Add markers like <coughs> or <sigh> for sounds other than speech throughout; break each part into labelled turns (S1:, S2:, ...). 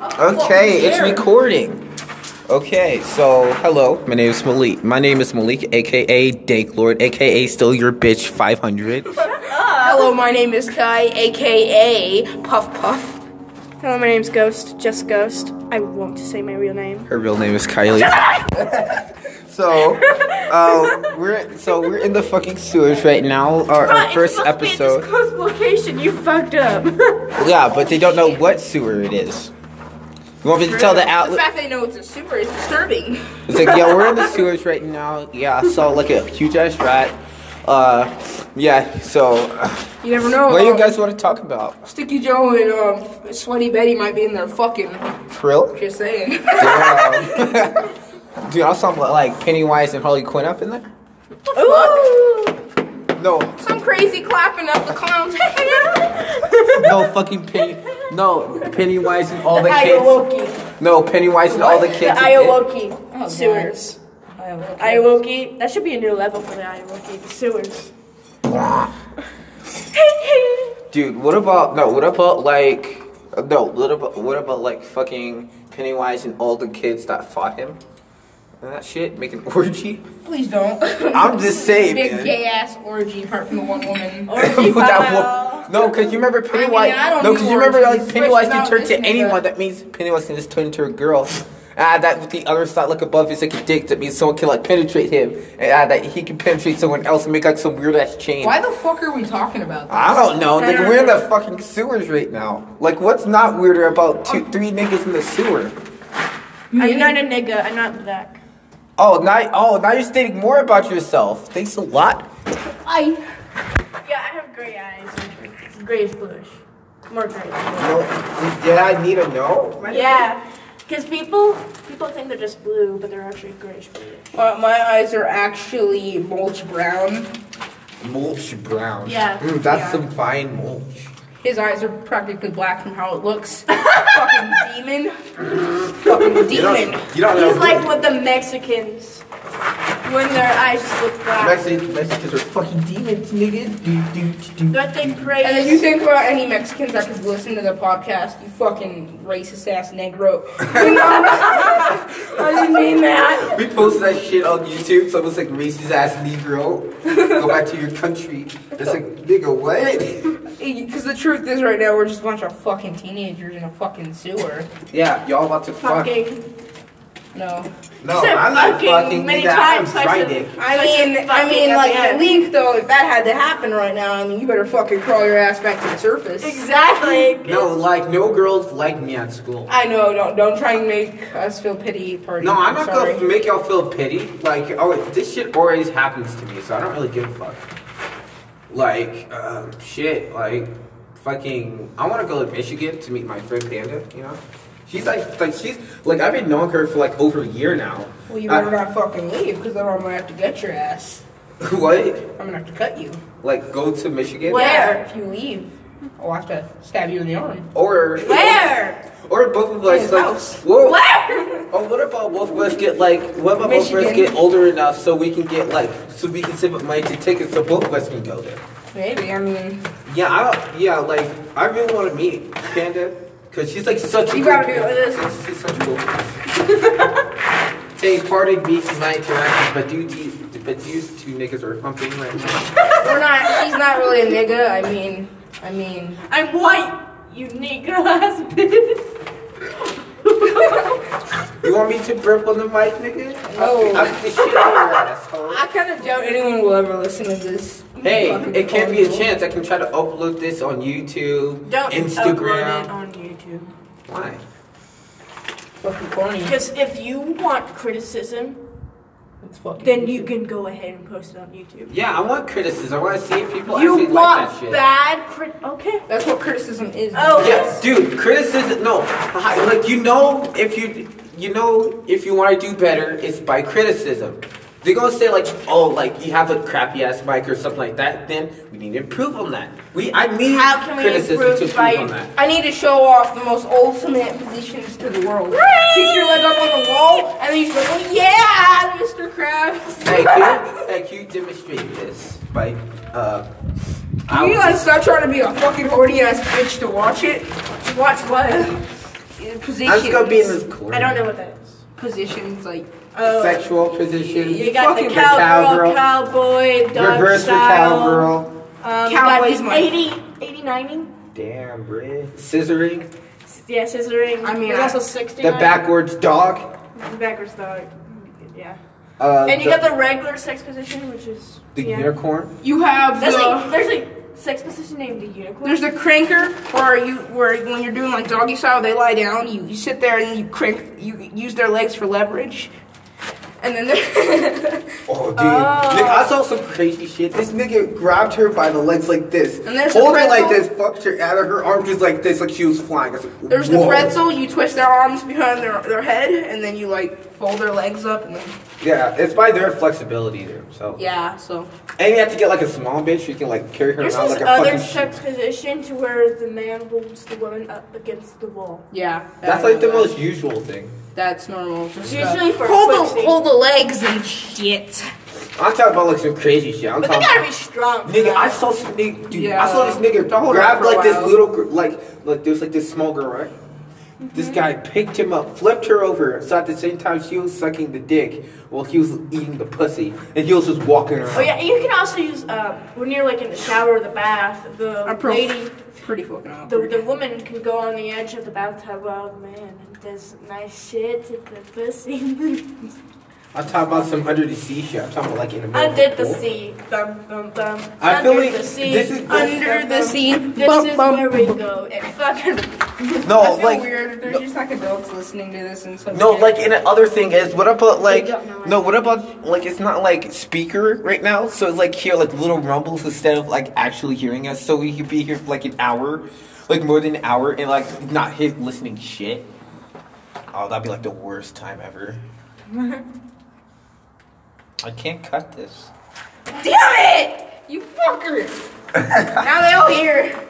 S1: Okay, it's recording. Okay, so hello, my name is Malik. My name is Malik, aka Dake Lord, aka Still Your Bitch 500.
S2: Hello, my name is Kai, aka Puff Puff.
S3: Hello, my name's Ghost, just Ghost. I won't say my real name.
S1: Her real name is Kylie. <laughs> so, uh, we're so we're in the fucking sewers right now. Our, our first episode.
S3: Ghost location, you fucked up.
S1: Yeah, but they don't know what sewer it is. You want me to <laughs> tell the
S2: The
S1: outlet?
S2: fact they know it's a super is disturbing.
S1: It's like, yo, we're in the sewers right now. Yeah, I saw like a huge ass rat. Uh, yeah. So,
S2: You never know.
S1: what do you
S2: um,
S1: guys want to talk about?
S2: Sticky Joe and um, Sweaty Betty might be in there fucking.
S1: For real?
S2: Just saying. <laughs>
S1: Damn. Dude, I saw like Pennywise and Harley Quinn up in there. No,
S2: Some crazy clapping up the <laughs> clowns.
S1: no fucking Penny. No, Pennywise and all the kids.
S3: Iowoki.
S1: No, Pennywise and all the
S3: The
S1: kids.
S3: Iowoki
S2: Oh,
S3: sewers. Iowoki. That should be a new level for the Iowoki. The sewers.
S2: <laughs>
S1: Dude, what about no? What about like no? What about what about like fucking Pennywise and all the kids that fought him and that shit, make an orgy?
S2: Please don't.
S1: I'm just saying,
S2: Big
S1: man.
S2: gay ass orgy apart from the one
S1: <coughs>
S2: woman.
S1: With that one- no, cause you remember Pennywise.
S2: I don't
S1: no,
S2: do
S1: cause you remember
S2: orgies,
S1: like Pennywise can
S2: especially
S1: turn
S2: not
S1: to
S2: this
S1: anyone.
S2: nigga.
S1: That means Pennywise can just turn into a girl. <laughs> Ah, that with the other side, like above, is like a dick. That means someone can like penetrate him, and ah, that he can penetrate someone else and make like some weird ass chain.
S2: Why the fuck are we talking about
S1: I don't know. Like we're in the fucking sewers right now. Like what's not weirder about two, three niggas in the sewer?
S3: I'm not a nigga. I'm not black.
S1: Oh, now, oh, now you're stating more about yourself. Thanks a lot.
S3: Yeah, I have gray eyes. Grayish bluish. More gray.
S1: No, did I need a no?
S3: Yeah. Because people, people think they're just blue, but they're actually grayish blue.
S2: Uh, my eyes are actually mulch brown.
S1: Mulch brown.
S3: Yeah.
S1: Mm, that's
S2: Yeah.
S1: some fine mulch.
S2: His eyes are practically black from how it
S3: <laughs>
S2: looks. Fucking demon. Fucking
S1: You
S2: demon.
S1: don't, you don't know.
S3: He's like with the Mexicans when their eyes just look black.
S1: Mexicans, Mexicans are fucking demons, nigga. Do, do, do.
S3: But they praise.
S2: And if you think about any Mexicans that could listen to the podcast, you fucking racist
S1: <laughs>
S2: ass negro. <laughs>
S3: I didn't mean that.
S1: We posted that shit on YouTube. Someone's like racist ass Negro. Go back to your country. It's like nigga, what?
S2: Because the truth is, right now, we're just a bunch of fucking teenagers in a fucking sewer.
S1: Yeah, y'all about to fuck.
S3: Fucking.
S2: No.
S1: No,
S3: said
S1: I'm not
S3: fucking
S1: fucking.
S3: many
S1: nigga,
S3: times,
S1: I'm
S3: I said-
S1: Friday.
S2: I mean, I mean,
S3: Fucking
S2: like
S3: up
S2: at
S3: the
S2: least though, if that had to happen right now, I mean, you better fucking crawl your ass back to the surface.
S3: Exactly.
S1: No, like no girls like me at school.
S2: I know. Don't don't try and make us feel pity. Party.
S1: No, I'm not
S2: sorry.
S1: gonna make y'all feel pity. Like, oh, this shit always happens to me, so I don't really give a fuck. Like, um, shit, like, fucking, I want to go to Michigan to meet my friend Panda. You know, she's like, like she's like, I've been knowing her for like over a year now.
S2: Well, you
S1: I-
S2: better not fucking leave, because then I'm gonna have to get your ass.
S1: <laughs> what?
S2: I'm gonna have to cut you.
S1: Like, go to Michigan?
S3: Where?
S2: If you leave, I'll have to stab you in the arm.
S1: Or
S3: Where?
S1: Or both of us
S2: His
S1: like,
S2: house.
S1: whoa.
S3: Where?
S1: Oh, what about both of us get like? What about both of us
S2: Michigan.
S1: get older enough so we can get like, so we can save up money to tickets so both of us can go there?
S2: Maybe.
S3: <laughs>
S2: I mean,
S1: Yeah, I don't, yeah, like I really want to meet Panda because she's like such. a
S2: You
S1: cool
S2: gotta do
S1: girl.
S2: it with
S1: She's, she's such a cool. <laughs> Hey, parted me tonight, interactions, but you, you- but these two niggas are humping right now.
S2: we're not. She's not really a nigga. I mean, I mean.
S3: I'm white. You <laughs> negro ass bitch.
S1: You want me to burp on the mic, nigga?
S3: Oh.
S2: No.
S1: I'm the shit out of your ass, hoe.
S2: I kind of doubt anyone will ever listen to this.
S1: Hey,
S2: Fucking
S1: it can be a
S2: phone.
S1: chance. I can try to upload this on YouTube,
S3: Don't upload it
S1: Instagram.
S3: on YouTube.
S1: Why?
S2: Fucking corny.
S3: Because if you want criticism,
S2: It's fucking
S3: then you can go ahead and post it on YouTube.
S1: Yeah, I want criticism. I want to see if people
S3: You
S1: actually like that
S3: want
S1: shit.
S3: bad crit? Okay.
S2: That's what criticism is.
S3: Oh.
S1: Yeah, dude, criticism. No, hi- like you know, if you you know if you want to do better, it's by criticism. They're gonna say like, oh, like you have a crappy ass mic or something like that. Then we need to improve on that. We I need
S3: How can we
S1: criticism
S3: improve
S1: to improve
S3: by-
S1: on that.
S2: I need to show off the most ultimate positions to the world. Keep your leg up on the wall, and then you just go, yeah, Mr. Krabs.
S1: Hey, can you, hey, can you demonstrate this by uh? I
S2: Can you
S1: was-
S2: guys stop trying to be a fucking horny ass bitch to watch it? Watch what? positions.
S1: I'm just gonna be in this corner.
S3: I don't know what that is.
S2: Positions like uh,
S3: Oh,
S1: Sexual position.
S3: you got the
S1: Fucking
S3: cowgirl, cowboy, dog
S1: Reverse for
S3: style.
S1: cowgirl.
S3: Um,
S2: Cowboy's
S3: you
S2: my-
S3: got the 80, 80, 90.
S1: Damn, bruh. Scissoring.
S3: Yeah, scissoring.
S2: I mean,
S3: there's also
S2: I-
S3: 60.
S1: The backwards dog.
S3: backwards dog. Yeah.
S1: Uh,
S3: And you
S1: the,
S3: got the regular sex position, which is
S1: the
S3: yeah.
S1: unicorn.
S2: you have
S3: There's
S2: the
S3: like there's like sex position named the unicorn.
S2: there's the cranker where you where when you're doing like doggy style they lie down you, you sit there and you crank you use their legs for leverage, and then there <laughs>
S1: Oh, dude.
S3: Oh.
S1: Nick, I saw some crazy shit. This nigga grabbed her by the legs like this.
S2: And there's the
S1: Hold her like
S2: pretzel.
S1: this, fucked her out of her arms just like this, like she was flying. I was like,
S2: there's the
S1: whoa.
S2: pretzel you twist their arms behind their their head and then you like fold their legs up and then
S1: Yeah, it's by their flexibility there. So
S2: yeah so
S1: And you have to get like a small bitch so you can like carry her
S3: There's
S1: around
S3: this
S1: like a
S3: other
S1: fucking.
S3: sex position to where the man holds the woman up against the wall.
S2: yeah
S1: That's like the most usual thing.
S2: that's normal uh, for stuff.
S3: Usually for a
S2: hold
S3: quick
S2: the
S3: scene.
S2: hold the legs and shit
S1: I'm talking about like some crazy shit. I'm
S3: But they
S1: talking.
S3: gotta be strong. for
S1: Nigga,
S3: that.
S1: I saw some nigga, dude. I
S2: Yeah.
S1: saw this nigga
S2: Don't hold
S1: grab
S2: on for a
S1: like this
S2: while.
S1: little, gr- like, like there's like this small girl, right?
S2: Mm-hmm.
S1: This guy picked him up, flipped her over, so at the same time she was sucking the dick while he was eating the pussy, and he was just walking around.
S3: Oh yeah, you can also use um, when you're like in the shower or the bath. The
S2: I'm pro-
S3: lady,
S2: pretty fucking
S3: the,
S2: awkward.
S3: the woman can go on the edge of the bathtub while the man does nice shit to the pussy <laughs>
S1: I'm talking about some under the sea shit. I'm talking about like in the middle of
S3: under the
S1: pool.
S3: sea. Dum dum dum.
S1: I feel
S3: under
S1: like
S3: the sea.
S1: this is-
S2: under the sea
S3: This is where we go and fucking.
S1: No,
S2: I feel
S1: like
S2: weird. There's just like adults listening to this and stuff.
S1: No, like, and the other thing is, what about, like,
S3: don't know
S1: no, what about, like, it's not, like, speaker right now, so it's, like, hear, like, little rumbles instead of, like, actually hearing us, so we could be here for, like, an hour, like, more than an hour, and, like, not hit listening shit. Oh, that'd be, like, the worst time ever. <laughs> I can't cut <laughs> this.
S2: damn it, you fucker! now they all hear.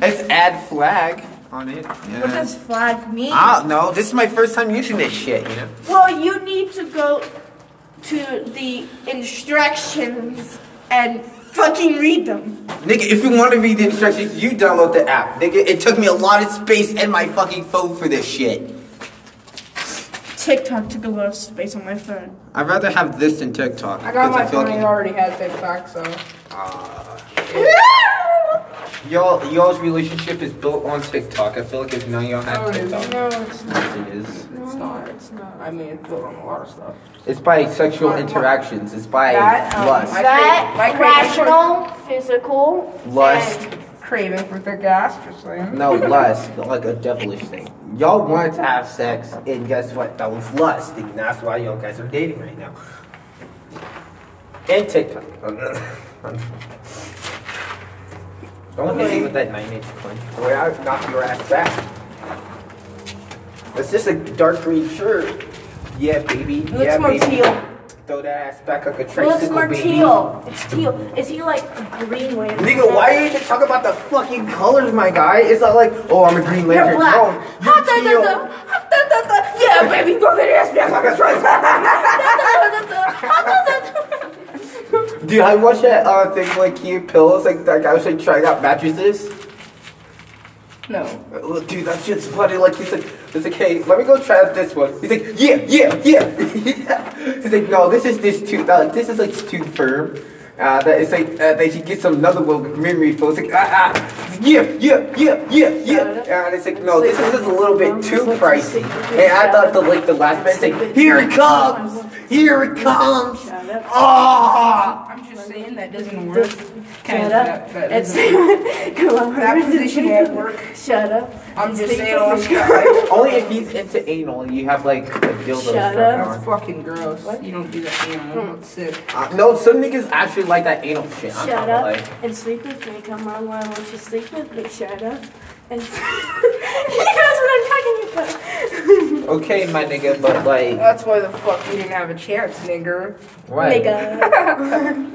S1: Let's add flag on it.
S2: What does flag mean?
S1: I don't know, Ah, this is my first time using this shit, you know?
S3: Well, you need to go to the instructions and fucking read them.
S1: Nigga, if you want to read the instructions, you download the app. Nigga, it took me a lot of space and my fucking phone for this shit.
S3: TikTok took a lot of space on my phone.
S1: I'd rather have this than TikTok.
S2: I got
S1: 'cause
S2: my
S1: feel
S2: phone.
S1: like
S2: I
S1: it-
S2: already had TikTok, so
S1: Y'all, y'all's relationship is built on TikTok. I feel like if none of y'all
S2: No,
S1: had
S2: it
S1: TikTok,
S2: isn't. No, it's
S1: it is.
S2: it's not. It's not. I mean, it's built on a lot of stuff.
S1: It's by sexual interactions. It's by
S2: That, um,
S1: lust.
S2: I-
S3: That
S2: My craving for-
S3: rational, physical,
S1: Lust.
S3: and-
S2: Craving for the gas or something.
S1: no, lust, like a devilish thing. Y'all wanted to have sex, and guess what? That was lust, and that's why y'all guys are dating right now. And TikTok. <laughs> Don't hit me with that nine-inch punch. Boy, I would knock your ass back. Is this a dark green shirt? Yeah, baby.
S3: It looks
S1: yeah,
S3: more
S1: baby.
S3: teal.
S1: Throw that ass back like a
S3: It looks
S1: tricycle,
S3: more
S1: baby.
S3: teal. It's teal. Is he like a green way?
S1: Nigga, why you even talk about the fucking colors, my guy? It's not like, oh, I'm a Green Lantern.
S3: You're black.
S1: No, you're
S3: Hot da da
S1: teal.
S3: da. Hot da da da. Yeah, baby, <laughs>
S2: <laughs>
S3: go get your ass back.
S1: Fuck, that's <laughs> right.
S3: Da da da da. Hot da da da.
S1: Dude, I watched that uh, thing like cute pillows, like that guy was like trying out mattresses.
S2: No.
S1: Uh, well, Dude, that shit's funny. Like he's like, he's like, hey, let me go try out this one. He's like, yeah, yeah, yeah. yeah. <laughs> He's like, no, this is this too. Uh, this is like too firm. Uh, that it's like uh, they should get some another one with memory foam. It's like, ah, ah, yeah, yeah, yeah, yeah, yeah. And it's like, no, this is just a little bit too pricy. And I thought the like the last bit, it's like, here it comes, here it comes. Ah.
S2: I'm just saying that doesn't work.
S3: Shut
S2: That-
S3: up.
S2: that
S3: It's
S2: doesn't- <laughs>
S3: <laughs> come on.
S2: That position won't work.
S3: Shut up.
S2: I'm
S3: It's
S2: just saying.
S3: thinking-
S2: I'm <laughs> sorry.
S1: Only if he's into anal, you have like a dildo
S3: Shut
S1: strapped
S3: up.
S2: That's fucking gross. You don't do that animal. That's sick.
S1: on. Uh, no, some niggas actually like that anal shit. I'm
S3: Shut
S1: talking
S3: up
S1: Like,
S3: and sleep with me. Come on, why won't you sleep with me? Shut up
S2: <laughs>
S3: and. <laughs> he knows what I'm talking about.
S1: okay, my nigga, but like,
S2: That's why the fuck you didn't have a chance, nigger.
S1: right?
S3: Nigga.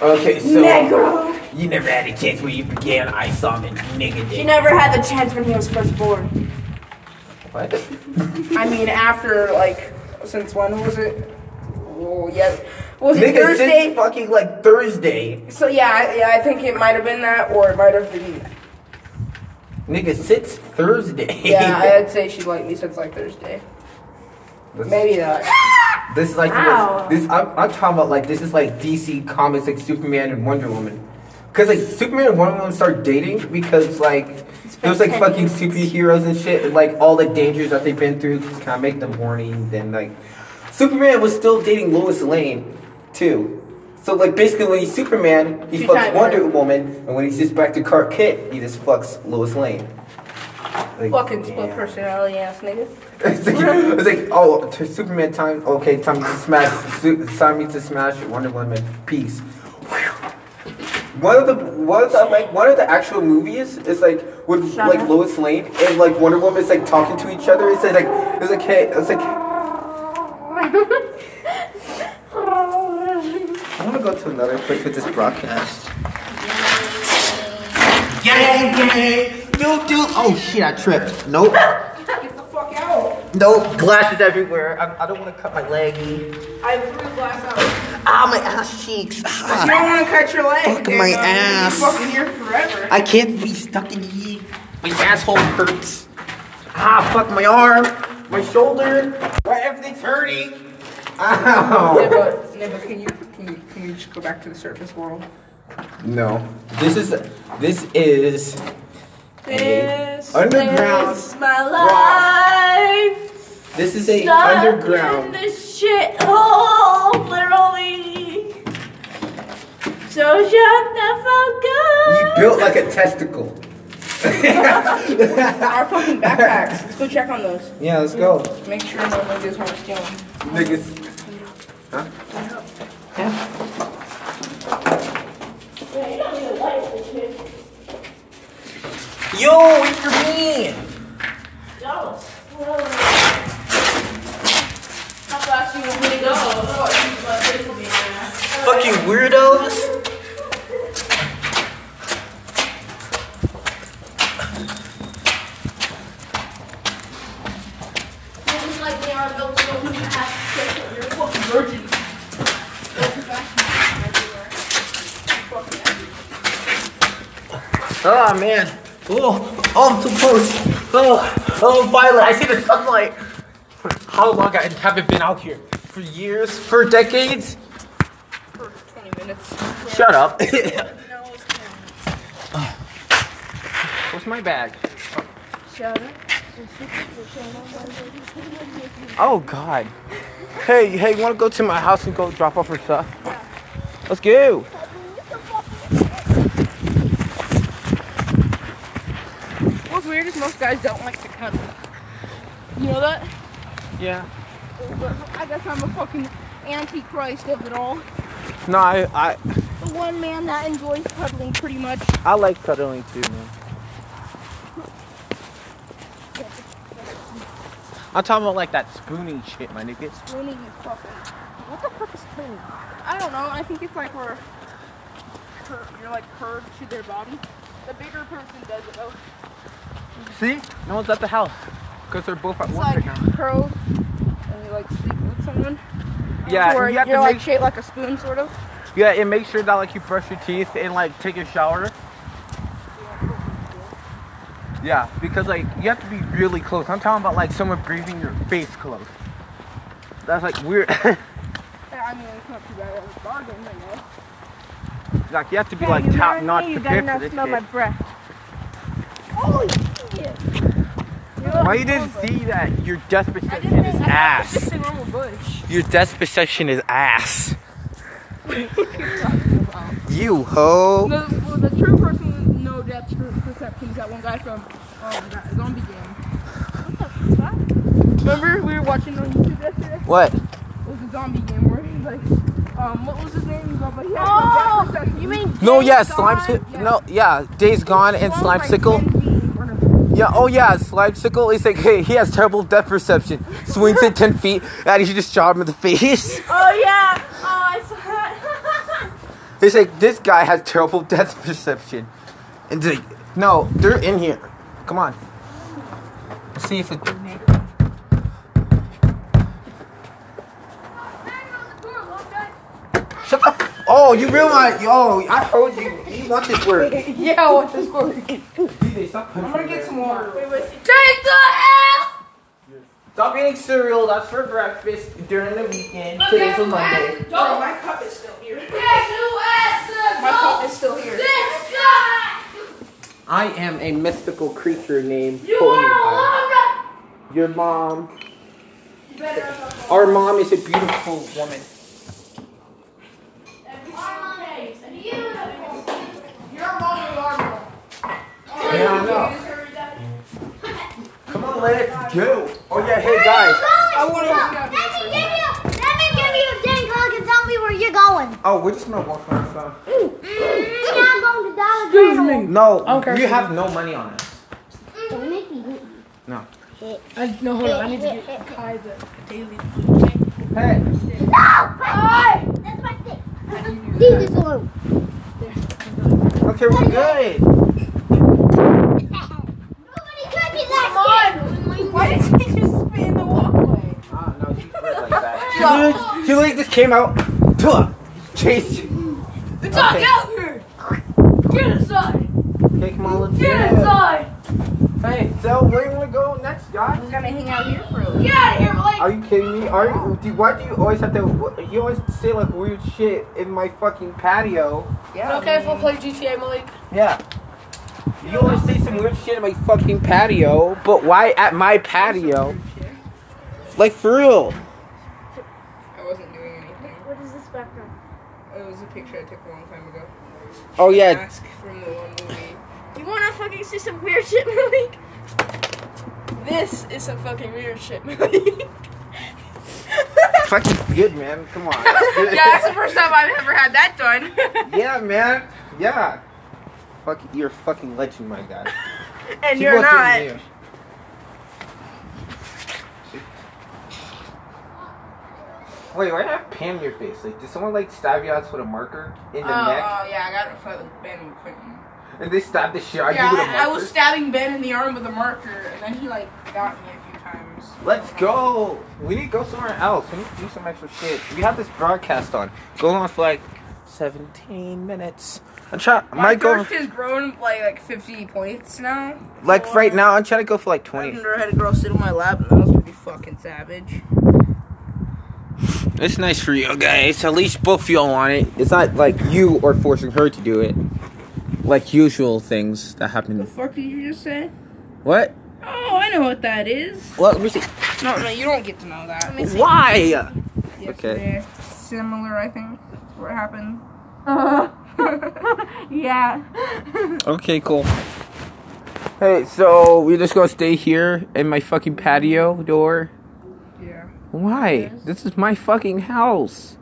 S1: Okay, so
S3: Negro.
S1: you never had a chance where you began. I saw him nigga
S3: He
S1: dick.
S3: never had the chance when he was first born. <laughs>
S1: What?
S2: I mean, after like, since when was it? Oh, yes. Was it
S1: Nigga
S2: Thursday?
S1: since fucking like Thursday.
S2: So yeah, I- yeah, I think it might have been that, or it might have been
S1: Nigga, since Thursday.
S2: <laughs> Yeah, I'd say she liked me since like Thursday.
S1: <laughs> This-
S2: Maybe not.
S1: This is like the
S3: Wow.
S1: most- this. I'm, I'm talking about like this is like DC comics like Superman and Wonder Woman, because like Superman and Wonder Woman start dating because like
S3: been
S1: those like
S3: 10
S1: fucking
S3: years.
S1: superheroes and shit and like all the dangers that they've been through kind of make them horny. Then like Superman was still dating Lois Lane too. So like basically when he's Superman, he
S2: Two
S1: fucks
S2: times,
S1: Wonder
S2: right?
S1: Woman, and when he's just back to Clark Kent, he just fucks Lois Lane. Like,
S2: Fucking split
S1: damn.
S2: personality ass nigga.
S3: <laughs>
S2: <laughs>
S1: <laughs> It's like, it's like, oh, t- Superman time. Okay, time to smash. Su- time to smash Wonder Woman. Peace. One of the one of the like one of the actual movies is like with
S3: Shut
S1: like
S3: up.
S1: Lois Lane and like Wonder Woman is like talking to each other. It's like it's like hey, it's like I want to go to another place with this broadcast. Gang, gang, dude, dude. Oh shit, I tripped. Nope.
S2: Get the fuck out.
S1: Nope. Glasses everywhere. I, I don't want to cut my leggy.
S2: I threw glass out.
S1: Ah, my ass cheeks.
S2: If
S1: Ah.
S2: you don't want to cut your leg.
S1: Fuck
S2: then,
S1: my
S2: uh, you'll be
S1: ass.
S2: Fucking here forever.
S1: I can't be stuck in here. My asshole hurts. Ah, fuck my arm, my shoulder. Why everything's hurting? Ow.
S2: Never, never. Can you, can you, can you just go back to the surface world?
S1: No, this is this is
S3: This
S1: Underground
S3: is my life.
S1: this is a
S3: Stuck In
S1: underground.
S3: this shit hole, literally. So shut the fuck
S1: You
S3: up.
S1: built like a testicle.
S2: Our fucking backpacks. Let's go check on those.
S1: Yeah, let's go,
S2: Make sure no niggas want to steal them.
S1: niggas. Huh? Yeah.
S3: Wait, you don't need to light this shit.
S1: Yo, it's your man.
S3: Go. How about you when we go?
S1: Fucking weirdos.
S3: Just like they are built so fast, you're a fucking virgin.
S1: Oh man. Oh, oh, I'm so close. Oh, oh, Violet, I see the sunlight. For how long I haven't been out here? For years? For decades?
S2: For 20 minutes.
S1: Shut up. <laughs>
S2: No, it's
S1: Where's my bag?
S3: Shut up.
S1: Oh God. Hey, hey, you wanna go to my house and go drop off her stuff? Let's go.
S2: What's weird is most guys don't like to cuddle. You know that?
S1: Yeah.
S2: But I guess I'm a fucking antichrist of it all.
S1: No, I, I,
S2: The one man that enjoys cuddling pretty much.
S1: I like cuddling too, man. I'm talking about like that spooning shit, my niggas.
S2: Rooney, you fucking. What the fuck is clean? I don't know. I think it's like where cur- you're like curved to their body. The bigger person does it though.
S1: See? No one's at the house. Because they're both at
S2: It's
S1: work right
S2: like
S1: now.
S2: curled and you like sleep with someone.
S1: Yeah,
S2: Where
S1: you have
S2: you're
S1: to
S2: like
S1: make
S2: shaped like a spoon sort of.
S1: yeah, and make sure that like you brush your teeth and like take a shower. Yeah, because like you have to be really close. I'm talking about like someone breathing your face close. That's like weird. <laughs>
S2: Yeah, I mean it's not too bad as a bargain, I guess.
S1: like you have to be like top notch to pay for this shit.
S2: breath.
S3: Holy shit.
S1: Why you didn't see that? Your death possession is ass.
S2: normal bush.
S1: Your death possession is
S3: <laughs>
S1: ass. you hoe.
S2: The, well, the true person with no depth per- perception is that one guy from um, that zombie game. What the fuck? Remember we were watching on YouTube yesterday?
S1: What?
S2: It was a zombie game where he's like, um, what was his name? He's like, But he had no depth
S3: Oh,
S2: perception.
S3: you mean
S1: No, yeah,
S3: Days
S1: slime. Si-
S3: Gone?
S1: No, yeah, Days Gone and
S2: Well,
S1: slime
S2: like
S1: sickle.
S2: 10 feet or whatever.
S1: Yeah, oh yeah, slime sickle. He's like, <laughs> hey, he has terrible depth perception. Swings it ten feet, and he just shot him in the face. <laughs>
S3: Oh yeah. Oh, I saw that. <laughs>
S1: He's like, this guy has terrible <laughs> depth perception. And he's like, no, they're in here. Come on. Let's see if it. Shut the. F- oh Oh, you realize? Yo, I heard you. You want this word?
S2: <laughs> Yeah, I want this score.
S1: DJ, stop.
S2: I'm gonna get some water.
S3: Wait, what's it?
S2: Take the L!
S1: Stop eating cereal. That's for breakfast during the weekend. Today's a Monday.
S2: Bro, my cup is still here. My cup
S4: Let's
S2: is still here.
S4: go!
S1: I am a mystical creature named
S4: You
S1: Ponyta.
S4: are
S1: Your mom.
S4: a lover!
S1: Our mom is a beautiful woman.
S4: Your mom Oh, is our
S1: Yeah, I know. <laughs> Come on, let's go. Oh yeah, hey guys.
S4: <laughs>
S2: I want
S5: Let me give you, let me give you a dang hug and tell me where you're going.
S1: Oh, we're just gonna walk on the phone.
S5: Mm, now I'm going to Dollar General. Mm-hmm.
S1: No, you have no money on us.
S5: Don't make me hit you.
S1: No.
S5: I, no, hold on. I need to get Kai
S1: Hey.
S5: No! Kai! That's my stick. Leave this alone.
S1: Okay, we're good.
S5: Nobody cut me last year.
S2: Why did she just spit in the walkway?
S1: Ah, no, she's weird like that. <laughs> She literally, she literally just came out. Tuh, Chase.
S4: It's
S1: not Okay.
S4: out here! Get inside!
S1: Okay, come on, let's go. Hey, so where do you wanna go next, guys?
S2: I'm gonna hang out here for a little.
S4: Get out of here, Blake!
S1: Are you kidding me? Are you, do, why do you always have to? You always say like weird shit in my fucking patio.
S2: Yeah.
S4: play GTA, Malik?
S1: Yeah. You always say some weird shit in my fucking patio, but why at my patio? Like for real?
S2: I wasn't doing anything.
S3: What is this background?
S2: It was a picture I took a long time ago.
S1: Oh yeah.
S2: Mask from the one movie.
S3: You wanna fucking see some weird shit, Malik?
S2: This is some fucking weird shit, Malik.
S1: Fucking good, man. Come on.
S2: <laughs> yeah, that's the first time I've ever had that done. <laughs>
S1: yeah, man. Yeah. Fuck, you're a fucking legend, my guy.
S2: <laughs> and
S1: Keep
S2: you're
S1: on doing
S2: not.
S1: you. Wait, why did I have Pam in your face? Like, did someone like stab you out with a marker in
S2: Oh,
S1: the neck,
S2: oh, yeah, I got it from Ben and Quentin.
S1: and they stabbed the shit out of
S2: Yeah,
S1: you with a marker?
S2: I, I was stabbing Ben in the arm with a marker, and then he like got me a few times.
S1: Let's go. We need to go somewhere else. We need to do some extra shit. We have this broadcast on. Go on for like 17 minutes. I'm trying. I
S2: My
S1: might go
S2: thirst has grown by like 50 points now.
S1: like right
S2: Or-
S1: now. I'm trying to go for like
S2: I've
S1: 20.
S2: never had a girl sit on my lap, and that was pretty fucking savage.
S1: It's nice for you guys. At least both of y'all want it. It's not like you are forcing her to do it. Like usual things that
S2: The
S1: happen.
S2: fuck did you just say?
S1: What?
S2: Oh, I know what that is.
S1: What? Let me see.
S2: No, no, you don't get to know that.
S1: Why? Okay.
S2: Yesterday, Similar, I think, is what happened.
S3: <laughs> yeah.
S1: Okay, cool. Hey, so we're just gonna stay here in my fucking patio door.
S2: Yeah.
S1: Why? This is my fucking house.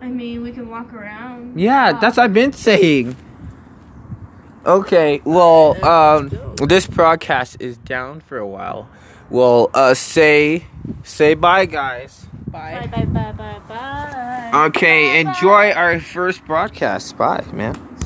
S3: I mean, we can walk around.
S1: Yeah, that's what I've been saying. Okay, well, um, this broadcast is down for a while. Well, uh, say, say bye, guys.
S2: Bye.
S3: bye, bye, bye, bye.
S1: Okay, enjoy our first broadcast. Bye, man.